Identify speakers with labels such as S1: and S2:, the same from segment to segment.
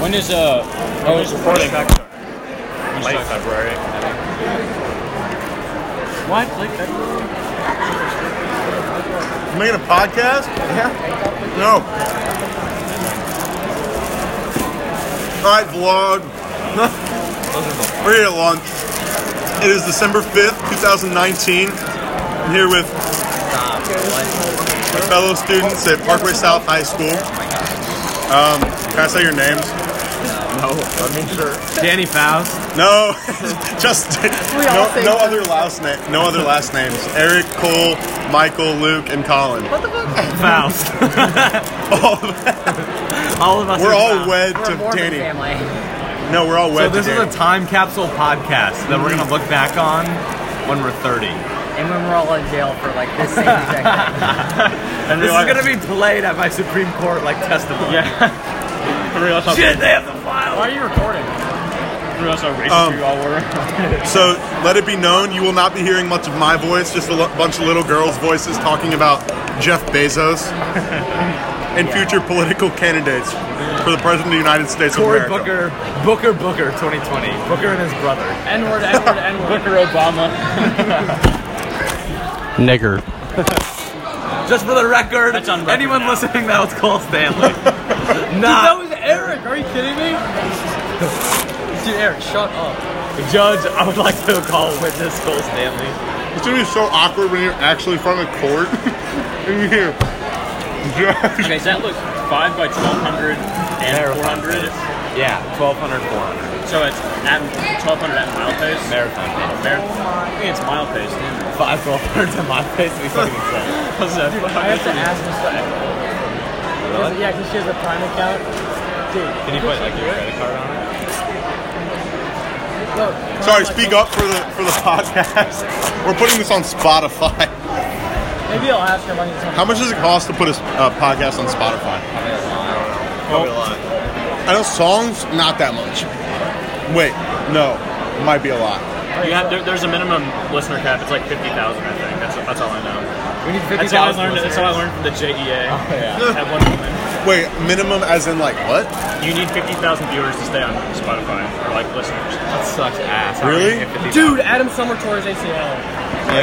S1: When is uh?
S2: It
S1: When
S2: was
S1: is
S2: before the
S1: like,
S2: pack started. Late February.
S1: what? Like that?
S3: You making a podcast?
S4: Yeah.
S3: No. Alright, vlog. We're here at lunch. It is December 5th, 2019. I'm here with my fellow students at Parkway South High School. Um, can I say your names?
S4: No, I mean sure.
S2: Danny Faust.
S3: No, just
S4: We all
S3: no,
S4: say
S3: no
S4: that.
S3: other last name. No other last names. Eric, Cole, Michael, Luke, and Colin.
S4: What the fuck?
S2: Faust.
S3: All of-
S2: all of us.
S3: we're
S2: are
S3: all
S2: Faust.
S3: wed
S5: We're
S3: to
S5: a Mormon
S3: Danny.
S5: family.
S3: No, we're all
S2: So
S3: wed
S2: this
S3: to
S2: is
S3: Danny.
S2: a time capsule podcast that we're gonna look back on when we're 30.
S5: And when we're all in jail for like this same exact thing.
S2: And this is gonna be played at my Supreme Court like testimony. Shit, they have the file.
S1: Why are you recording?
S3: Um, so let it be known, you will not be hearing much of my voice, just a l- bunch of little girls' voices talking about Jeff Bezos and future political candidates for the president of the United States of
S2: Cory
S3: America.
S2: Booker, Booker Booker 2020. Booker and his brother.
S1: N-word, N-word, N-word. Booker Obama.
S6: Nigger.
S2: Just for the record,
S1: That's on record
S2: anyone
S1: now.
S2: listening, that was Cole Stanley. nah,
S1: was Eric. Are you kidding me? Dude, Eric, shut up.
S2: Judge, I would like to call witness Cole Stanley.
S3: It's gonna be so awkward when you're actually in front of court and you hear Jeff.
S1: Okay, is that look five by twelve hundred and four hundred?
S2: Marathon Yeah, 1200, 400.
S1: So it's at twelve hundred at mile pace.
S2: Marathon.
S1: Marathon. I think it's mile pace. Dude.
S2: 5 1200 to my face. We fucking said.
S1: What's that?
S5: I have to ask this guy. Yeah, because she has a Prime account. Dude,
S2: Can you put like your credit card on it?
S5: look.
S3: Sorry, speak up for the for the podcast. We're putting this on Spotify.
S5: Maybe I'll ask her if I need something.
S3: How much does it cost to put a s- uh, podcast on Spotify?
S2: Probably a lot.
S3: I know songs, not that much. Wait, no, might be a lot.
S1: You have, there, there's a minimum listener cap. It's like fifty thousand, I think. That's, that's all I know.
S2: We need 50,000.
S1: That's all I learned. That's all I learned from the JEA.
S5: Oh,
S2: yeah.
S1: At one moment,
S3: Wait, minimum as in like what?
S1: you need fifty thousand viewers to stay on Spotify or like listeners.
S2: That sucks ass.
S3: Really?
S5: Dude, Adam Summer tore his ACL.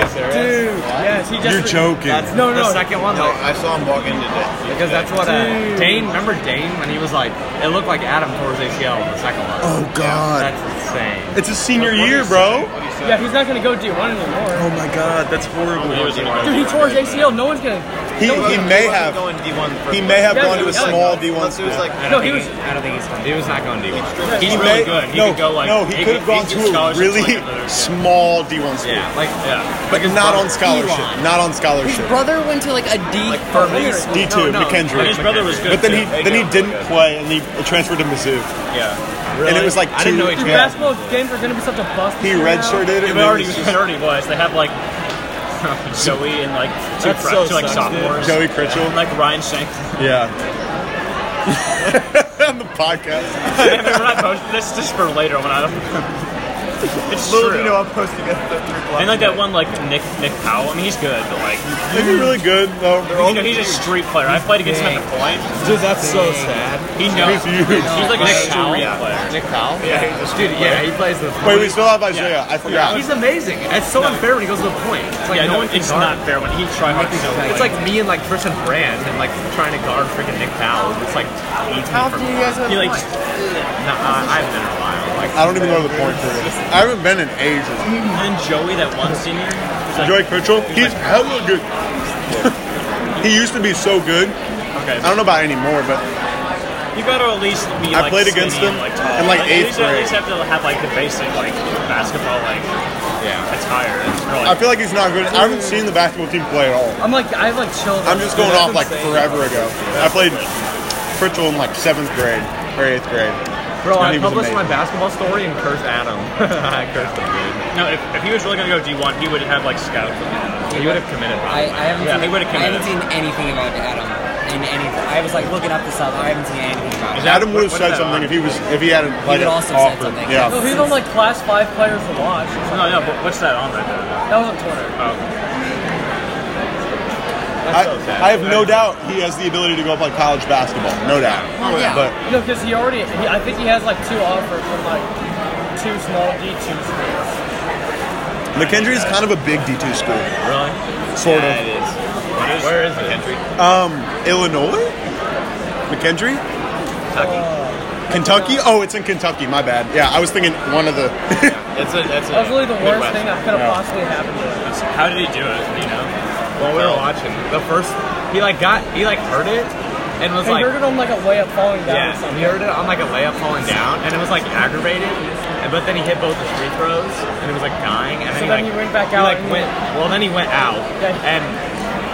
S5: Dude, yes, he just.
S3: You're joking.
S2: That's
S5: No,
S2: no, no.
S5: no.
S2: The second one,
S4: No,
S2: though,
S4: I saw him walk in today.
S2: because that's what uh, Dane. Remember Dane when he was like, it looked like Adam tore his ACL in the second one.
S3: oh god.
S2: That's insane.
S3: it's his senior year, bro.
S5: Yeah, he's not gonna go D1 anymore.
S3: Oh my god, that's horrible.
S5: Dude, he tore his ACL. No one's gonna.
S3: He, he may
S4: wasn't
S3: have
S4: Going D1 for
S3: he may have
S5: Yeah,
S3: gone to
S5: he
S3: a
S5: was like-
S3: small
S4: He
S3: D1
S4: was
S3: school.
S4: like
S2: I
S5: No,
S2: don't
S5: he
S2: think
S5: was-
S2: I don't think he's. Gonna, he was not going to do one.
S1: He's
S3: He
S1: really
S3: may,
S1: good. He
S3: no,
S1: could go like
S3: no, he could have gone
S1: he's
S3: to a
S1: scholarship
S3: really
S1: like another-
S3: small D1 school,
S2: Yeah, like
S1: Yeah.
S3: but not on scholarship.
S2: Elon.
S3: Not on scholarship.
S5: Brother went to like a D.
S2: Like Furman school.
S3: D2,
S2: No, no.
S3: McKendrick.
S1: And his brother was good.
S3: But then he
S1: too.
S3: then he didn't play and he transferred to Mizzou.
S1: Yeah.
S3: And it was like
S2: I didn't
S3: two-
S2: know he
S5: Dude,
S2: Yeah.
S5: basketball games are gonna be such a bust.
S3: He
S5: this year now.
S3: redshirted
S1: It
S3: and
S1: already,
S3: then
S1: it already was. They have like Joey and like two,
S2: That
S1: fr-
S2: so
S1: two like
S2: sucks,
S1: sophomores.
S3: dude. Joey Critchell?
S1: And, like Ryan Shank.
S3: yeah. on the podcast.
S1: We're not posting this is just for later when I don't. It's
S4: Little
S1: true.
S4: do you know I'm posting it at the three o'clock.
S1: and like that one, like Nick Nick Powell. I mean, he's good, but like
S3: They'd be really good though.
S1: you know, he's a street player. I played against him at the point.
S2: Dude, that's so sad.
S1: He knows.
S3: He's huge.
S1: He's like a
S2: Nick
S1: street
S2: Powell?
S1: player.
S2: Nick Powell.
S1: Yeah.
S2: Dude, yeah, he plays the.
S3: Wait, we still have Isaiah. I forgot.
S2: He's amazing. It's so unfair when he goes to the point. It's like
S1: Yeah,
S2: no, one can
S1: it's
S2: guard.
S1: not fair when he tried hard so hard.
S2: It's like me and like Tristan Brand and like trying to guard freaking Nick Powell. It's like eats me
S4: How often
S2: for
S4: do you guys have
S1: He, like,
S4: lunch?
S2: Nah, uh, I haven't been in a while. Like
S3: I don't even go to the point for this. I haven't been in ages.
S1: and then Joey, that one senior. he's like,
S3: Joey Critchell, he's hella good. he used to be so good.
S1: Okay.
S3: I don't know about anymore, but
S1: You gotta at least be.
S3: I
S1: like,
S3: played
S1: skinny
S3: against him
S1: and, like, tall.
S3: in, like,
S1: at
S3: eighth
S1: least, At
S3: grade.
S1: least have to have like the basic like basketball like
S2: yeah.
S1: attire. Or,
S3: I
S1: like,
S3: feel like he's not good. I haven't seen the basketball team play at all.
S5: I'm like, I have like chills.
S3: I'm just going off like forever ago. I played Critchell in like seventh grade or eighth grade.
S2: Bro,
S3: And
S2: I
S3: he was
S2: published my
S3: amazing.
S2: basketball story and cursed Adam. I cursed him,
S1: no, if, if he was really gonna go D1, he would have like scout.
S2: dude. He would have committed.
S7: I, I haven't
S1: Yeah, he
S7: seen,
S1: would've
S7: I haven't
S1: committed.
S7: seen anything about Adam in anything. I was like looking up this up. I haven't seen anything about it.
S3: Adam would have
S2: what
S3: said
S2: is that
S3: something
S2: on?
S3: if he was if he hadn't like
S7: would also said
S3: offered.
S7: something.
S5: No,
S3: Yeah.
S5: he's on like class five players to watch.
S1: No, no. But what's that on right there?
S5: That was on Twitter.
S1: Oh.
S3: I, I have no doubt he has the ability to go play college basketball. No doubt.
S8: Well, yeah.
S3: But
S8: no, because he already. He, I think he has like two offers from like two small D two schools.
S3: McKendree is kind of a big D2 school.
S1: Really?
S3: Sort
S4: Yeah,
S3: of.
S4: it is.
S1: Where is it?
S3: Um, Illinois? McKendree? Kentucky. Kentucky? Oh, it's in Kentucky. My bad. Yeah, I was thinking one of the.
S4: It's a, that's
S8: That was really the worst
S4: Midwest.
S8: thing that could have
S3: Yeah.
S8: possibly happened. to him.
S1: How did he do it? You know?
S4: While we were watching, the first
S2: He like got he like heard it and was
S8: He
S2: like
S8: heard it on like a way of falling down or
S2: yeah
S8: something.
S2: he heard it on like a layup falling down and it was like aggravated and but then he hit both his free throws and it was like dying and
S8: So
S2: then,
S8: then he
S2: he,
S8: went
S2: like,
S8: back out
S2: like
S8: and he-
S2: went well then he went out
S8: Yeah.
S2: and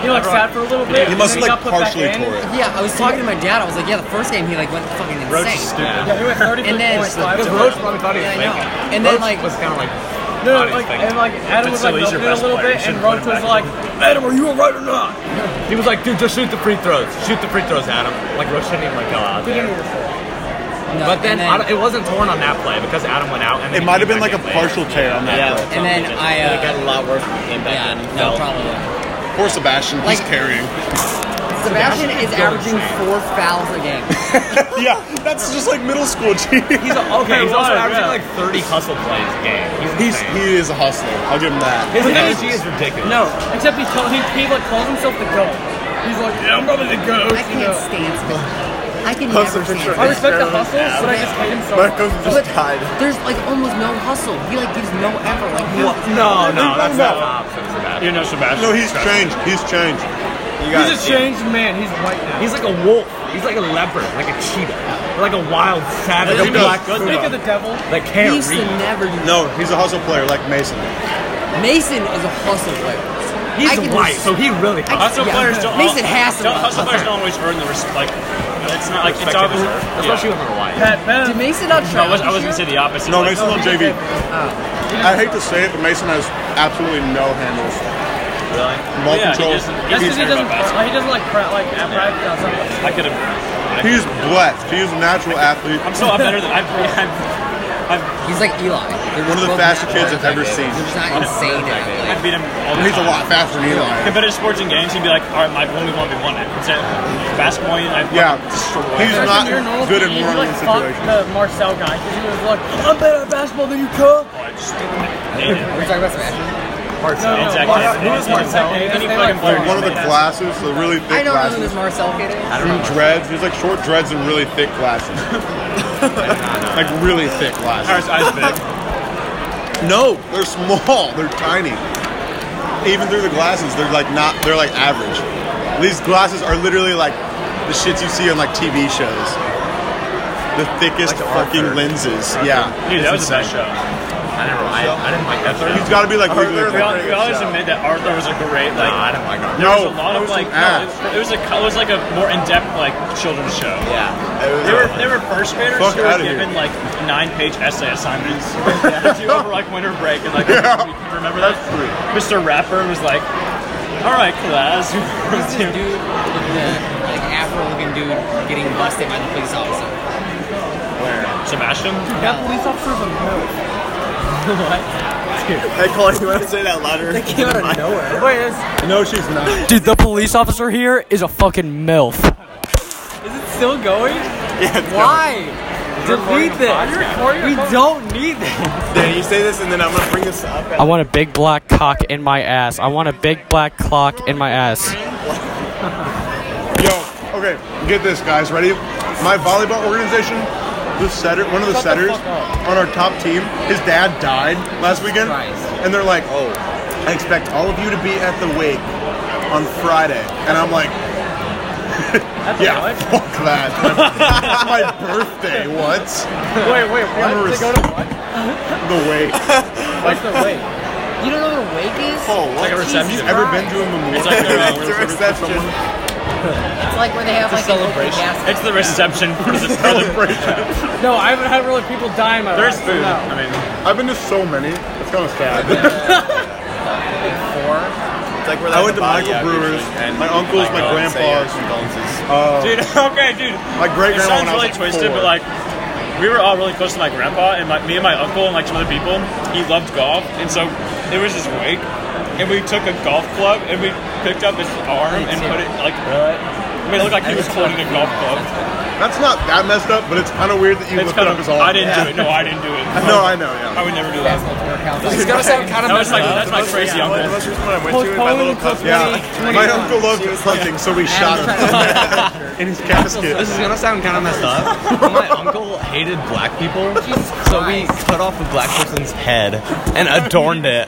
S8: He like
S2: Everyone-
S8: sat for a little bit.
S3: He
S8: and
S3: must
S8: then got
S3: have like
S8: put back
S3: partially
S8: in.
S3: tore it.
S5: Yeah, I was talking to my dad. I was like, yeah, the first game he like went fucking insane.
S2: yeah.
S8: Yeah, he went 33
S5: And then-
S8: points. five
S2: Because
S8: rebounds.
S2: Roach probably thought he was
S5: Yeah, I
S2: faking.
S5: know. And then
S2: Roach
S5: like
S2: was kind of like
S8: No,
S2: thought
S8: no,
S2: he was
S8: like,
S2: faking.
S8: and like Adam was like
S1: still, he's
S8: milking it
S1: your
S8: a
S1: best
S8: little bit,
S1: player. You
S8: and
S1: shouldn't
S8: Roach
S1: put him
S8: was
S1: back
S8: like,
S2: Adam, are you alright or not? He was like, dude, just shoot the free throws. Shoot the free throws, Adam. Like Roach didn't even like go out
S8: "Get in
S2: there.
S8: here, sir."
S5: no,
S2: But then,
S5: and
S2: I don't- it wasn't torn on that play because Adam went out. And
S3: It
S2: then he
S3: might have
S2: came
S3: been like a
S2: back in
S3: partial
S2: later.
S3: tear on that.
S4: yeah.
S3: foot.
S5: and then
S4: it
S5: I
S4: got
S5: uh,
S4: a lot worse when we came back
S5: yeah,
S4: and
S5: no,
S4: fell.
S5: probably.
S3: Poor Sebastian. He's
S5: Like-
S3: carrying.
S5: Sebastian is averaging four fouls a game.
S3: yeah, that's just like middle school cheating.
S2: He's a, okay. He's
S1: It
S2: also
S1: was, yeah.
S2: averaging like 30 hustle plays a game. He's
S3: He's,
S2: insane.
S3: he is a hustler. I'll give him that.
S2: His energy is ridiculous.
S8: No, except he told, he, he like calls himself the goat. He's like, yeah, I'm probably the goat.
S5: I
S8: You
S5: can't
S8: know.
S5: stand Sebastian. I can
S3: That's
S5: never
S3: a
S5: stand
S3: picture.
S8: I
S5: Sebastian.
S8: respect the hustle, but I just hate him so much.
S3: Marco's
S5: But there's like almost no hustle. He like gives no effort. Like he,
S2: no, no, that's
S3: No.
S2: not an option. Sebastian.
S1: You know Sebastian.
S3: No, he's changed. He's changed.
S8: He's a changed man. He's white now.
S2: He's like a wolf. He's like a leopard, like a cheetah, like a wild savage.
S3: Like a black
S8: Speak of
S3: Fuda.
S8: the devil.
S2: That
S5: he
S2: can't
S5: used to
S2: read.
S5: never do.
S3: No, he's a hustle player like Mason.
S5: Mason is a hustle player. I
S2: He's
S5: can
S2: white,
S5: res-
S2: so he really.
S5: I-
S1: Hustle
S5: Yeah.
S1: players don't.
S5: Mason has to
S1: don't-
S5: be
S1: Hustle
S5: hustle.
S1: players don't always earn the respect. It's not like it's obvious.
S2: Especially when they're white.
S8: Pat Ben.
S5: Did Mason not
S1: No,
S5: try?
S1: I was, I was gonna say the opposite.
S3: No,
S5: Oh,
S1: like,
S3: Mason's on JV. I hate to say it, but Mason has absolutely no handles.
S1: Really?
S3: Ball
S1: yeah,
S3: control.
S1: He doesn't,
S8: That's because he
S1: cares
S8: doesn't.
S1: about basketball.
S8: Like, he doesn't like crap. Like at practice or something.
S1: I could have.
S3: He's blessed. He's a natural athlete.
S1: I'm so I'm better than I've. I've
S5: He's like Eli. They're
S3: One of the
S5: both
S3: fastest
S5: not
S3: kids I've ever seen.
S5: They're just not insane at it.
S1: I
S5: Like,
S1: beat him all the
S3: He's a
S1: time.
S3: lot faster than Eli.
S1: Competitive sports and games, he'd be like, all right, Mike, when we won, we won it. Instead, basketball, I
S3: Yeah.
S1: destroyed.
S3: He's
S8: Freshman
S3: not
S8: year, normal
S3: good
S8: PE,
S3: in
S8: he,
S3: one-on-one
S8: like, fucked
S3: situations.
S8: the Marcel guy because he was like, I'm better at basketball than you, Cole.
S1: I just hated it.
S5: we're talking about Sebastian.
S8: No, no,
S1: Exactly.
S8: Marcel.
S1: Who is Marcel?
S8: Any
S1: Any
S8: fucking
S1: fucking player.
S3: One of the glasses, the really
S5: I
S3: thick
S5: don't know
S3: glasses.
S5: who this Marcel kid is.
S3: Two dreads. He's like short dreads and really thick glasses. like really thick
S1: Harris
S3: glasses.
S1: eyes big.
S3: No, they're small. They're tiny. Even through the glasses, they're like not. They're like average. These glasses are literally like the shits you see on like TV shows. The thickest fucking lenses. Yeah,
S1: Dude, that was the best show.
S2: I never. I, I didn't like that.
S3: he's got to be like legally.
S1: We, all,
S3: appropriate.
S1: we always admit that Arthur was a great, like,
S2: I didn't like that.
S1: there was a
S3: No,
S1: lot of,
S3: that was
S1: like, no,
S3: some
S1: it, it was a, it was like a more in-depth, like, children's show.
S4: Yeah. It was
S1: There were, there were first graders
S3: Fuck
S1: who were
S3: outta here.
S1: given like nine page essay assignments to do over like winter break and like
S3: Yeah.
S1: we can remember that? Mr. Rapper was like, all right, class.
S5: Dude, with the like Afro-looking dude getting busted by the police officer.
S1: Sebastian?
S8: That police officer was a nerd.
S4: I called you want to say that louder.
S5: Came out of nowhere.
S8: Wait, it's
S3: No, she's not.
S8: Dude, the police officer here is a fucking MILF. Is it still going? Why? Delete this. We don't need this.
S4: Then you say this, and then I'm gonna bring this up.
S9: I want a big black cock in my ass. I want a big black clock in my ass.
S3: Yo, okay, get this, guys. Ready? My volleyball organization, the setter, one of the
S8: Shut the
S3: setters
S8: fuck up.
S3: on our top team, his dad died last weekend, and they're like, "Oh, I expect all of you to be at the wake on Friday," and I'm like, "Yeah, fuck that. That's my birthday. What?
S8: Wait, wait, what?
S3: Humorous.
S8: To go to what?
S3: The wake?
S8: What's the wait?
S5: You don't know what a wake is?
S3: Oh, what?
S1: Like a reception.
S5: Jesus
S3: Ever been to
S5: Christ.
S3: a memorial?
S1: It's like
S8: uh,
S1: they're-
S3: It's a reception.
S5: It's like where they have like a celebration.
S1: It's the reception for the celebration.
S8: No, I haven't had really people die in my
S1: There's
S8: life.
S1: food.
S8: No.
S1: I mean,
S3: I've been to so many. It's kind of sad.
S4: It's like we're
S3: I went to Michael Brewer's, my uncle's, my grandpa's. Oh.
S1: dude, okay, dude.
S3: My great
S1: It
S3: grandma
S1: sounds
S3: when I was
S1: really
S3: like
S1: twisted,
S3: four.
S1: but like, we were all really close to my grandpa and like me and my uncle and like some other people. He loved golf, and so it was his wake.
S10: and we took a golf club and we picked up his arm and put it like. I mean, it looked like he was holding a golf club.
S3: That's not that messed up, but it's kind of weird that you
S10: It's
S3: lifted
S10: kinda-
S3: up his arm.
S10: I didn't do it. No, I didn't do it.
S3: No, I know. Yeah.
S10: I would never do that.
S3: It's gotta sound kinda
S10: That was
S3: messed
S10: like-
S3: up.
S10: That's my crazy uncle.
S4: That's the one I went to. My little cousin.
S3: Yeah. My uncle loved hunting, so we shot him in his casket.
S2: This is gonna sound kind of messed up. My uncle hated black people, so we cut off a black person's head and adorned it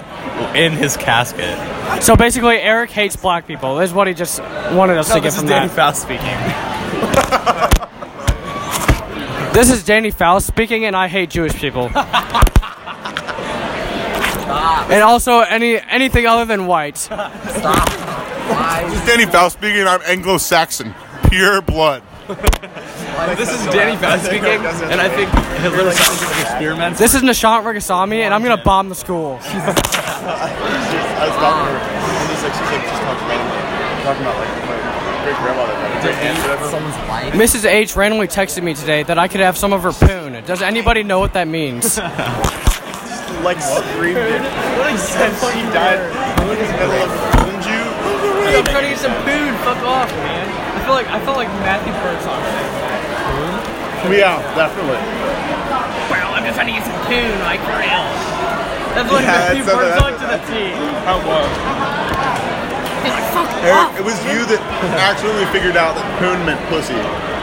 S2: in his casket.
S9: So basically, Eric hates black people. Is what he just wanted us
S2: No,
S9: to get
S2: this is
S9: from
S2: Danny
S9: that.
S2: Faust speaking.
S9: This is Danny Faust speaking, and I hate Jewish people. and also any anything other than white.
S3: This is Danny Faust speaking. I'm Anglo-Saxon, pure blood.
S2: This is Danny Faust speaking, and I think Hitler sounds like experiments.
S9: This is Nishant Ragasamy, and I'm gonna bomb the school.
S4: I was talking to her. And she's like, she's like, she's talking about him. Talking about like my great grandmother. Like, great aunt, whatever. Someone's wife.
S9: Mrs. H randomly texted me today that I could have some of her poon. Does anybody know what that means?
S4: Like screamed. What sense? She died in the middle of
S8: I'm trying to get some food. Fuck off, man. I feel like I felt like Matthew Birdsong.
S3: Yeah, definitely.
S8: Well, I'm just trying to get some food, like for real. That's like
S3: Yeah,
S8: Matthew
S3: it's something-
S8: Birdsong to the T.
S10: Oh wow.
S3: Eric, it was you that accidentally figured out that poon meant pussy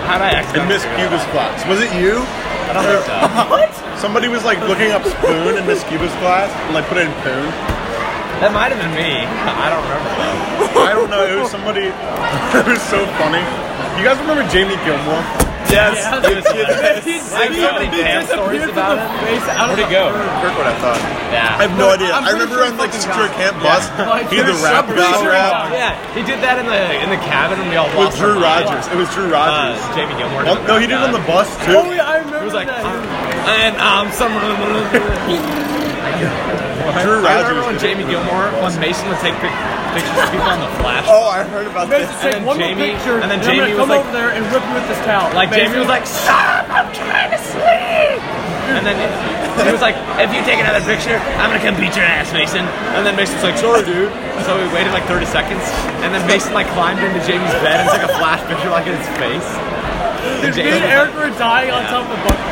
S10: How'd I
S3: in Miss Cuba's class. Was it you? I don't think so. what? Somebody was like looking up spoon in Miss Cuba's class and like put it in poon.
S2: That might have been me. I don't remember though.
S3: I don't know. It was somebody. It was so funny. You guys remember Jamie Gilmore?
S2: Yes.
S10: Where'd he go?
S3: Kirk, what I thought.
S2: Yeah.
S3: I have no idea. I remember on like secure camp bus, he had the rap battle rap
S2: Yeah, he did that in the in the cabin, and we all
S3: with
S2: lost our
S3: Drew
S2: minds.
S3: Rogers. It was Drew
S2: Uh,
S3: Rogers.
S2: Jamie Gilmore.
S3: Well, no, he did it on the bus too.
S8: Oh yeah, I remember
S2: He was like,
S8: that.
S2: and um, I'm someone.
S3: Drew
S2: I
S3: Rogers
S2: remember when
S3: did
S2: Jamie Gilmore was Mason to take pic- pictures of people on the flash.
S4: Oh, I heard about
S8: Guys,
S4: this.
S8: just take
S2: And then
S8: one more
S2: Jamie-
S8: picture,
S2: and then
S8: I'm gonna
S2: Jamie was
S8: come
S2: like-
S8: over there and rip you with this towel.
S2: Like Jamie was like, "Stop! I'm trying to sleep." And then he was like, "If you take another picture, I'm gonna come beat your ass, Mason." And then Mason's like, "Sorry, dude." So we waited like 30 seconds, and then Mason like climbed into Jamie's bed and took a flash picture like in his face. And
S8: Me
S2: Jamie-
S8: and Eric were dying on top of the bucket.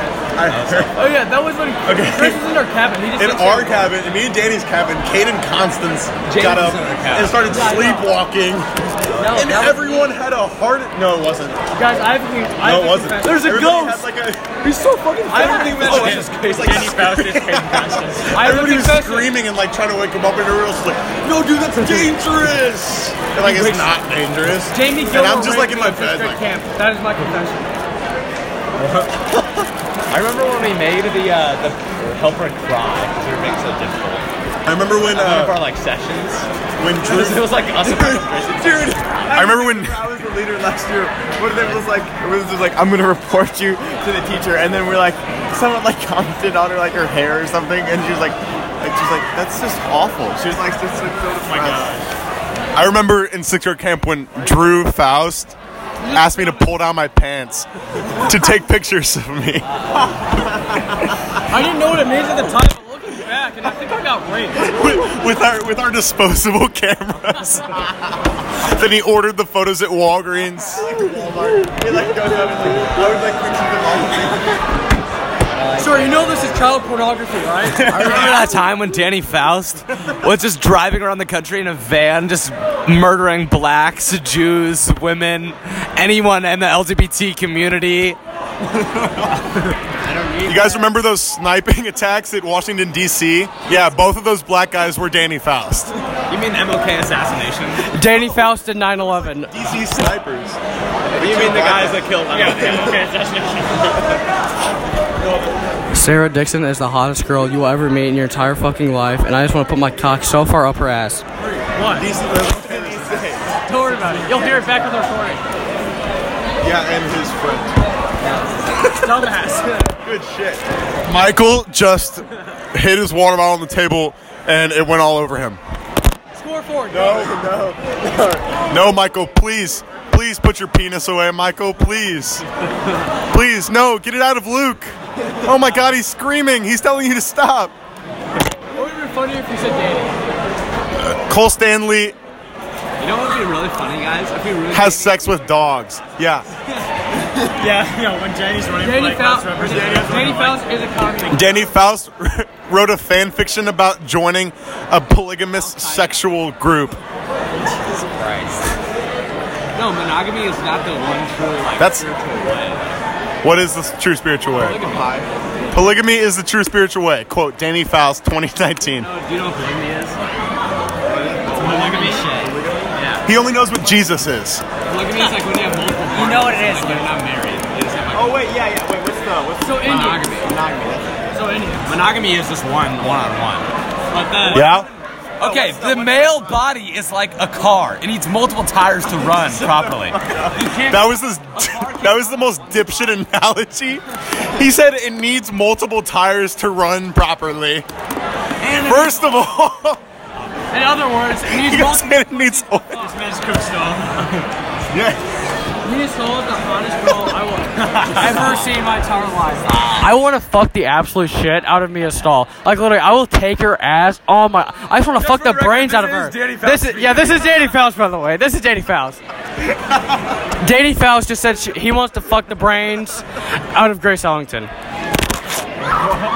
S8: Oh yeah, that was when Chris was in our cabin. He just
S3: In
S8: sits
S3: our
S8: there.
S3: cabin, in me and Danny's cabin, Caden Constance
S2: James
S3: got up
S2: was in our cabin.
S3: and started sleepwalking.
S8: No,
S3: and
S8: that was-
S3: everyone had a heart. No, it wasn't.
S8: guys, I have to. I
S3: No,
S8: have
S3: it
S8: to
S3: wasn't.
S8: confess- There's a
S3: Everybody
S8: ghost.
S3: Had like a,
S8: He's so fucking.
S2: I don't think that's
S8: fast.
S2: just case like Danny Faust is Caden Constance.
S8: I
S3: everybody was
S8: confess it.
S3: screaming and like trying to wake him up, and everyone was like, "No, dude, that's dangerous." And like, it's not dangerous.
S8: Jamie
S3: And
S8: Gilmore.
S3: I'm just like in my
S8: raped me at
S3: bed,
S8: district
S3: like,
S8: camp. That is my confession.
S2: I remember when we made the uh, the helper cry because we were being so difficult.
S3: I remember when
S2: One of
S3: uh,
S2: our like sessions,
S3: when Drew.
S2: it was like us. in front of prison.
S4: Dude,
S3: I remember when
S4: I was the leader last year. One of them was like, it was just like, I'm gonna report you to the teacher, and then we're like, someone like commented on her like her hair or something, and she was like, like she's like, that's just awful. She was like, just like, so depressed.
S3: Oh I remember in sixth grade camp when Drew Faust asked me to pull down my pants to take pictures of me.
S8: I didn't know what it means at the time, but looking back, and I think I got raped.
S3: with, with our with our disposable cameras. then he ordered the photos at Walgreens.
S4: He like goes up and like, I was like, pictures of all the things.
S8: Sure, you know this is child pornography, right?
S2: I remember that time when Danny Faust was just driving around the country in a van, just murdering blacks, Jews, women, anyone in the LGBT community.
S3: You guys remember those sniping attacks at Washington D.C.? Yeah, both of those black guys were Danny Faust.
S2: You mean MLK assassination?
S9: Danny Faust did 9/11.
S3: D.C. snipers.
S2: You mean the guys that killed MLK?
S9: Sarah Dixon is the hottest girl you will ever meet in your entire fucking life, and I just want to put my cock so far up her ass.
S8: Don't worry about it. You'll hear it back on the recording.
S3: Yeah, and his friend.
S8: Dumbass.
S3: Good shit. Michael just hit his water bottle on the table, and it went all over him.
S8: Score four.
S3: No, Michael, please, please put your penis away, Michael, please. Please, no, get it out of Luke. Oh my god, he's screaming. He's telling you to stop.
S8: It would have been funnier if you said Danny.
S3: Cole Stanley
S2: You know what would be really funny, guys? If we really
S3: has sex with dogs. Yeah.
S1: yeah, yeah. When Jenny's running for
S8: Danny
S1: like house
S8: Faust.
S1: representative,
S8: Danny Faust is a comic.
S3: Danny Faust wrote a fan fiction about joining a polygamous sexual group.
S5: Jesus Christ.
S2: No, monogamy is not the one true like
S3: That's-
S2: spiritual way.
S3: What is the true spiritual way?
S2: Polygamy.
S3: Polygamy is the true spiritual way. Quote Danny Faust 2019.
S2: No, do you know what polygamy is? It's monogamy shit. Yeah.
S3: He only knows what Jesus is.
S2: Polygamy is like when you have multiple partners.
S5: You know what it is,
S2: Like you're not married. You just have like
S4: Oh wait, yeah, yeah. Wait, what's the what's
S8: So Indian.
S2: monogamy.
S8: So anyway,
S2: Monogamy is just one one on one. But then Oh,
S3: Yeah?
S11: Okay, the male body is like a car. It needs multiple tires to run properly.
S3: That was this, that was the most dipshit analogy. He said it needs multiple tires to run properly. First of all,
S8: in other words, it needs
S3: you
S8: multiple
S3: said it needs oil.
S1: this man's cooked stone.
S3: Yeah.
S8: He is sold the hottest girl I will ever see in my entire life.
S9: I want to fuck the absolute shit out of Mia Stahl. Like literally, I will take her ass. Oh my! I just want to fuck
S11: for
S9: the
S11: the record,
S9: brains
S11: this
S9: out of
S11: is
S9: her.
S11: Danny Faust
S9: this is yeah, this is Danny Faust by the way. This is Danny Faust. Danny Faust just said she, he wants to fuck the brains out of Grace Ellington.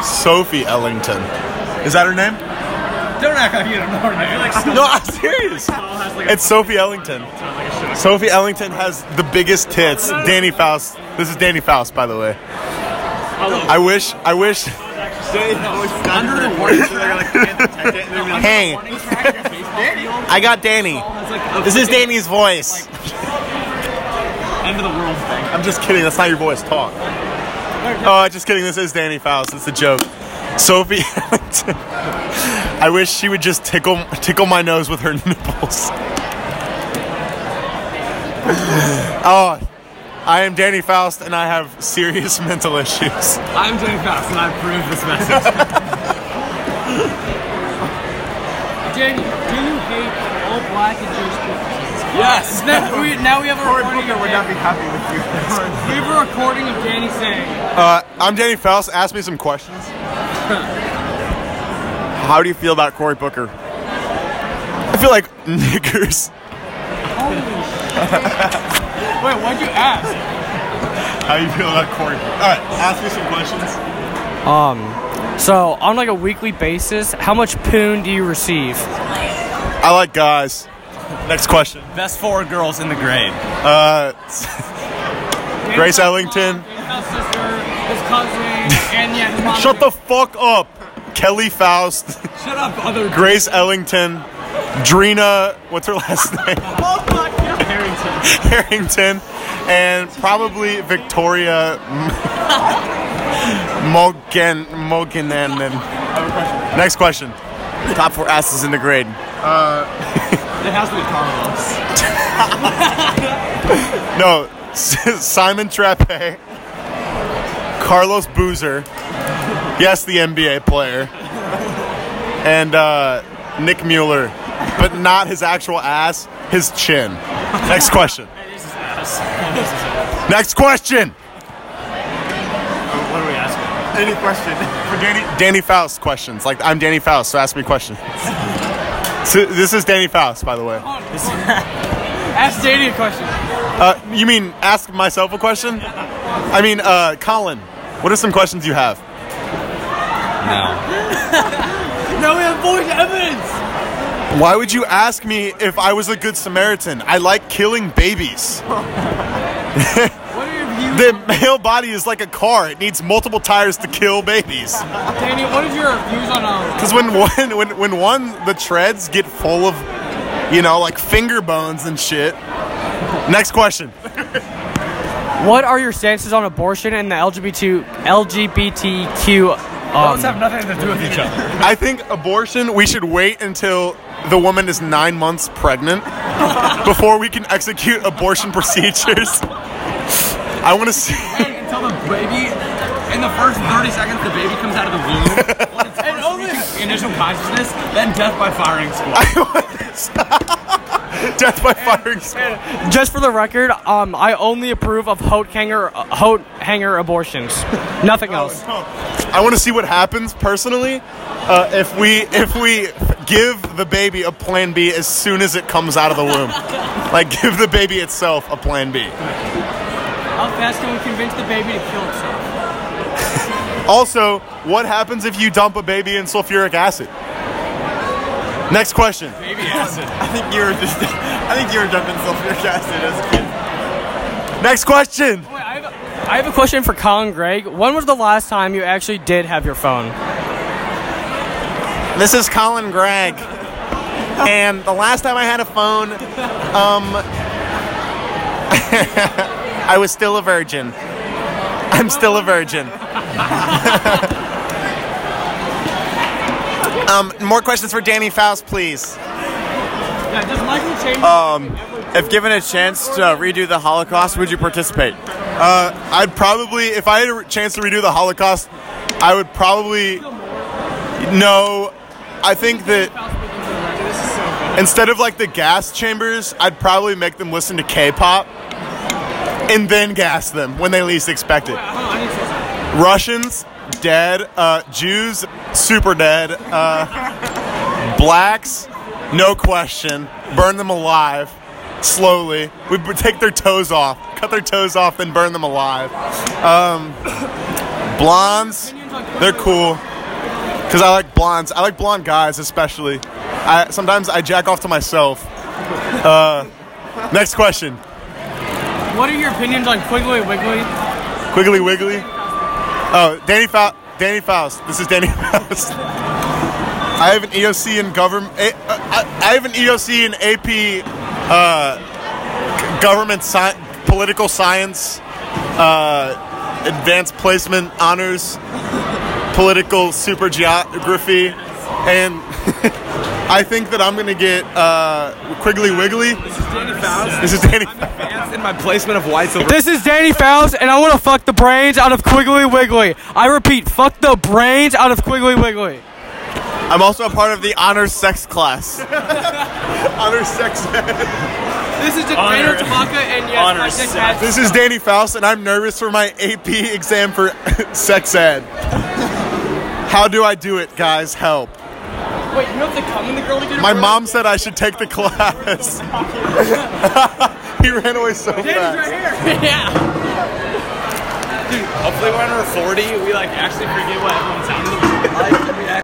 S3: Sophie Ellington. Is that her name?
S10: Don't act like you don't know her name. Like,
S3: No, I'm serious. It's Sophie Ellington. Sophie Ellington has the biggest tits. Danny Faust. This is Danny Faust, by the way. I wish. I wish.
S2: under the warning track,
S3: Hey,
S2: warning track your baseball field
S3: I got Danny.
S2: has like a
S3: This is Danny's voice.
S2: end of the world thing.
S3: I'm just kidding. That's not your voice. Talk. Oh, just kidding. This is Danny Faust. It's a joke. Sophie Ellington. I wish she would just tickle tickle my nose with her nipples. Oh, I am Danny Faust, and I have serious mental issues.
S2: I'm Jay Fast and I approve this message.
S8: Danny, do you hate all black and Jewish people?
S11: yes.
S8: Then we, now we have a recording of
S4: would not
S8: Danny.
S4: be happy with you.
S8: We have a recording of Danny saying,
S3: Uh, I'm Danny Faust. Ask me some questions.
S4: How do you feel about Cory Booker?
S3: I feel like niggers.
S8: "Wait, why'd you ask?"
S3: How you feel about Corey? All right, ask me some questions.
S9: So on like a weekly basis, how much poon do you receive?
S3: I like guys. Next question.
S11: Best four girls in the grade.
S3: Uh, Grace Ellington.
S8: His sister, his cousin, and yeah, his mom.
S3: Shut the fuck up. Kelly Faust,
S2: Shut up, other
S3: Grace Ellington, Drina. What's her last name? Harrington. Harrington, and probably Victoria M- Mogan Mogananen. Next question.
S4: Top four asses in the grade.
S2: It has to be Carlos.
S3: No, Simon Trappe, Carlos Boozer, yes, the NBA player, and uh, Nick Mueller, but not his actual ass, his chin. Next question. Next question.
S1: What are we asking?
S4: Any question?
S3: For Danny, Danny Faust questions. Like I'm Danny Faust, so ask me questions. So, this is Danny Faust, by the way.
S8: Ask Danny a question.
S3: Uh, you mean ask myself a question? I mean, uh, Colin, what are some questions you have?
S11: No.
S8: Now we have voice evidence.
S3: Why would you ask me if I was a good Samaritan? I like killing babies.
S8: What are your views,
S3: The male body is like a car. It needs multiple tires to kill babies.
S8: Danny? What is your views on um?
S3: Cuz when one when when one the treads get full of you know, like finger bones and shit. Next question.
S9: What are your stances on abortion and the LGBT LGBTQ? Um,
S10: have nothing to do with each other.
S3: I think abortion we should wait until the woman is 9 months pregnant before we can execute abortion procedures. I want to see
S2: Until the baby, in the first 30 seconds, the baby comes out of the womb. When it's first reaching initial consciousness, then death by firing squad.
S3: death by firing squad.
S9: Just for the record, um,
S8: Oh,
S9: I only approve of hoat hanger, hoat hanger abortions. Nothing else.
S3: I want to see what happens personally uh, if we if we give the baby a plan B as soon as it comes out of the womb. like give the baby itself a plan B.
S8: How fast can we convince the baby to kill itself?
S3: Also, what happens if you dump a baby in sulfuric acid? Next question.
S4: Baby acid. I think you were just. I think you were dumping sulfuric acid as a kid.
S3: Next question.
S9: I have a question for Colin Gregg. When was the last time you actually did have your phone?
S3: This is Colin Gregg. And the last time I had a phone, um, I was still a virgin. I'm still a virgin. um, more questions for Danny Faust, please.
S8: Yeah, does Michael change?
S4: Um, if given a chance to redo the Holocaust, would you participate?
S3: Uh, I'd probably, if I had a chance to redo the Holocaust, I would probably. No, I think that instead of like the gas chambers, I'd probably make them listen to K-pop and then gas them when they least expect it. Russians dead, uh, Jews super dead, uh, blacks no question, burn them alive slowly. We b- take their toes off, cut their toes off, then burn them alive. Um, blondes, they're cool because I like blondes. I like blonde guys especially. I sometimes I jack off to myself. Uh, next question.
S9: What are your opinions on Quiggly Wiggly?
S3: Quiggly Wiggly. Oh, Danny Faust. Danny Faust. This is Danny Faust. I have an EOC in government. I I have an EOC in AP uh, g- government sci- political science uh, advanced placement honors political super geography and I think that I'm gonna get uh, Quiggly Wiggly. This is Danny Faust.
S2: in my placement of white silver.
S9: This is Danny Fowles, and I want to fuck the brains out of Quiggly Wiggly. I repeat, fuck the brains out of Quiggly Wiggly.
S4: I'm also a part of the honor sex class.
S3: Honor sex
S8: This is Dictator Tamaka, and yes, my dick has-
S3: This is Danny Faust, and I'm nervous for my AP exam for sex ed. How do I do it, guys? Help.
S8: Wait, you have to come in the girl to get it
S3: My
S8: right?
S3: mom said I should take the class. he ran away so
S8: Danny's
S3: fast.
S8: right here. yeah.
S2: Hopefully, when we're 40, we like actually forget what everyone sounds like.